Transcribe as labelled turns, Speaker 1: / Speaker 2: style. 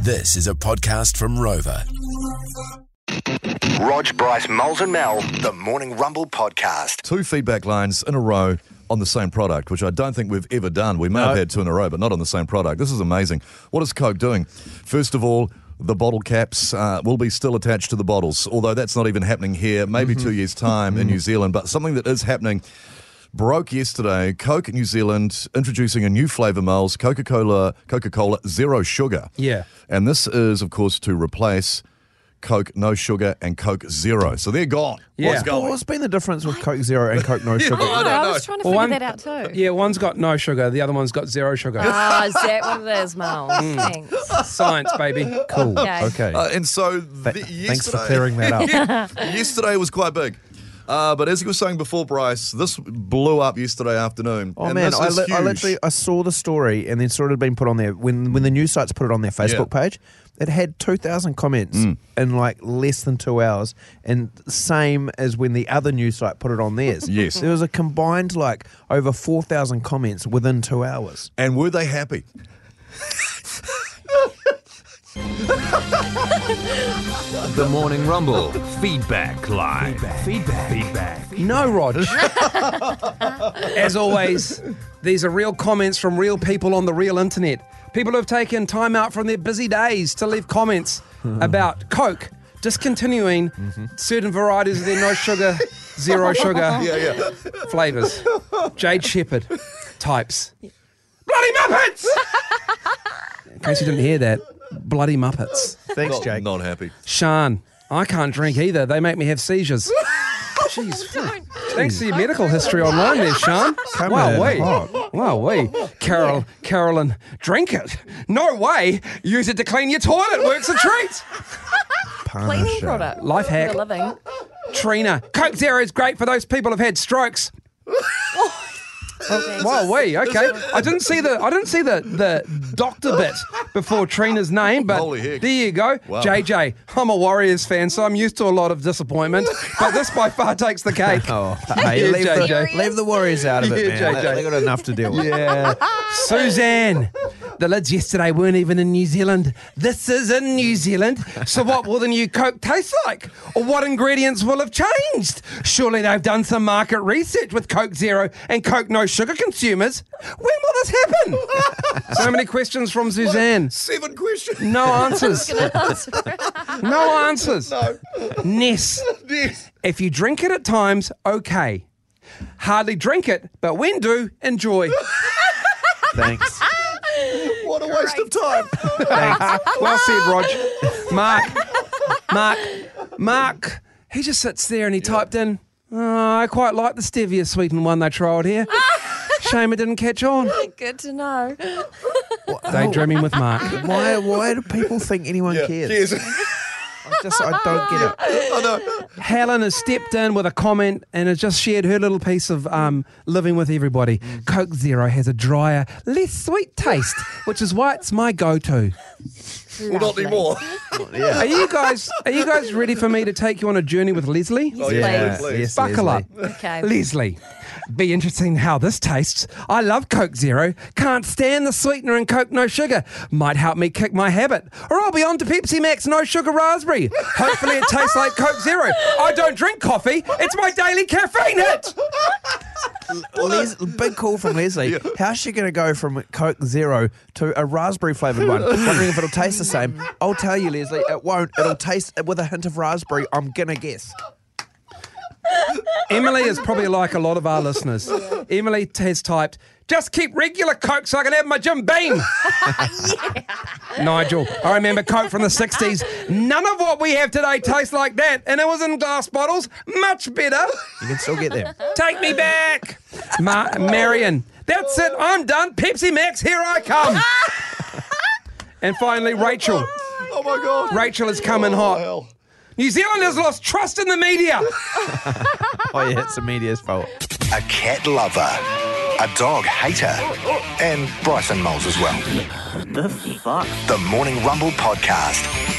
Speaker 1: This is a podcast from Rover.
Speaker 2: Rog, Bryce, Moles and Mel, the Morning Rumble Podcast.
Speaker 3: two feedback lines in a row on the same product, which I don't think we've ever done. We may have had two in a row, but not on the same product. This is amazing. What is Coke doing? First of all, the bottle caps uh, will be still attached to the bottles, although that's not even happening here, maybe two years' time in New Zealand. But something that is happening broke yesterday Coke New Zealand introducing a new flavour, Miles Coca Cola, Coca Cola Zero Sugar.
Speaker 4: Yeah.
Speaker 3: And this is, of course, to replace Coke No Sugar and Coke Zero. So they're gone. What's going
Speaker 4: What's been the difference with Coke Zero and Coke No Sugar?
Speaker 5: Oh, I, was trying to
Speaker 4: Well,
Speaker 5: figure
Speaker 4: one-
Speaker 5: that out too.
Speaker 4: Yeah, one's got no sugar, the other one's got zero sugar.
Speaker 5: Ah, is that what it is, Miles?
Speaker 4: Hmm.
Speaker 5: Thanks.
Speaker 4: Science, baby. Cool.
Speaker 5: Okay.
Speaker 4: Okay.
Speaker 3: Uh, and so th-
Speaker 4: Thanks for
Speaker 3: yesterday-
Speaker 4: clearing that up.
Speaker 3: yesterday was quite big. Uh, but as you were saying before, Bryce, this blew up yesterday afternoon.
Speaker 4: Oh
Speaker 3: and
Speaker 4: man,
Speaker 3: this
Speaker 4: I,
Speaker 3: is
Speaker 4: li- I
Speaker 3: huge.
Speaker 4: literally I saw the story and then saw it had been put on there when when the news sites put it on their Facebook
Speaker 3: Yeah. Mm.
Speaker 4: page. It had two thousand comments in like less than two hours, and same as when the other news site put it on theirs.
Speaker 3: Yes.
Speaker 4: there was a combined like over four thousand comments within two hours.
Speaker 3: And were they happy?
Speaker 6: The Morning Rumble feedback line. Feedback. Feedback.
Speaker 4: No, Rod. As always, these are real comments from real people on the real internet. People who have taken time out from their busy days to leave comments about Coke discontinuing certain varieties of their no sugar, zero sugar
Speaker 3: yeah.
Speaker 4: flavors. Jade Shepherd types. Bloody Muppets! In case you didn't hear that, Bloody Muppets.
Speaker 3: Thanks, not, Jake. Not happy.
Speaker 4: Sean, I can't drink either. They make me have seizures. Jeez. Thanks for your medical history online there, Sean. wow,
Speaker 3: in
Speaker 4: we. Wow, we. Carol, Carolyn, drink it. No way. Use it to clean your toilet. Works a treat.
Speaker 5: Cleaning product.
Speaker 4: Oh, Life hack.
Speaker 5: For a living.
Speaker 4: Trina, Coke Zero is great for those people who've had strokes. Wow, we okay. I didn't see the I didn't see the the doctor bit before Trina's name, but
Speaker 3: Holy heck.
Speaker 4: there you go,
Speaker 3: Wow.
Speaker 4: JJ. I'm a Warriors fan, so I'm used to a lot of disappointment, but this by far takes the cake.
Speaker 3: Oh,
Speaker 5: you
Speaker 4: Oh, leave the-
Speaker 5: serious? leave the
Speaker 4: Warriors out of it, man. They- they
Speaker 6: got enough to deal with.
Speaker 4: Yeah. Suzanne, the lids yesterday weren't even in New Zealand. This is in New Zealand. So, what will the new Coke taste like? Or what ingredients will have changed? Surely they've done some market research with Coke Zero and Coke No Sugar consumers. When will this happen? so many questions from Suzanne.
Speaker 3: Seven questions.
Speaker 4: No answers. No answers. No. Ness.
Speaker 3: Yes.
Speaker 4: If you drink it at times, okay. Hardly drink it, but when do, enjoy.
Speaker 6: Thanks.
Speaker 3: What a waste of time.
Speaker 4: Well said, Rog. Mark, Mark, Mark. He just sits there and he typed in, oh, I quite like the stevia sweetened one they trialled here. Shame it didn't catch on.
Speaker 5: Good to know.
Speaker 4: Daydreaming with Mark.
Speaker 7: Why? Why do people think anyone cares?
Speaker 3: Yes.
Speaker 7: Just, I don't get it.
Speaker 3: I know.
Speaker 4: Helen has stepped in with a comment and has just shared her little piece of um, living with everybody.
Speaker 7: Mm.
Speaker 4: Coke Zero has a drier, less sweet taste, which is why it's my go-to.
Speaker 3: Well, not
Speaker 5: Lovely.
Speaker 3: anymore.
Speaker 4: Are you guys? Are you guys ready for me to take you on a journey with Leslie?
Speaker 5: Yes, Oh,
Speaker 3: yeah.
Speaker 5: please.
Speaker 3: Yes,
Speaker 4: Buckle up.
Speaker 5: Okay.
Speaker 4: Leslie, be interesting how this tastes. I love Coke Zero. Can't stand the sweetener in Coke No Sugar. Might help me kick my habit. Or I'll be on to Pepsi Max No Sugar Raspberry. Hopefully it tastes like Coke Zero. I don't drink coffee. It's my daily caffeine hit.
Speaker 7: Les- big call from Leslie. How's she going to go from Coke Zero to a raspberry flavored one? Wondering if it'll taste the same. I'll tell you, Leslie, it won't. It'll taste with a hint of raspberary. I'm gonna guess.
Speaker 4: Emily is probably like a lot of our listeners. Emily t- has typed, just keep regular Coke so I can have my Jim Beam. Nigel, I remember Coke from the 60s. None of what we have today tastes like that, and it was in glass bottles. Much better.
Speaker 7: You can still get there.
Speaker 4: Take me back. Ma- Marion, that's it. I'm done. Pepsi Max, here I come. and finally, Rachel.
Speaker 3: Oh my god.
Speaker 4: Rachel has come in
Speaker 3: Oh,
Speaker 4: hot.
Speaker 3: hell.
Speaker 4: New Zealand has lost trust in the media.
Speaker 7: Oh yeah, it's the media's fault.
Speaker 2: A cat lover, a dog hater, and Bryce and Moles as well. The Morning Rumble Podcast.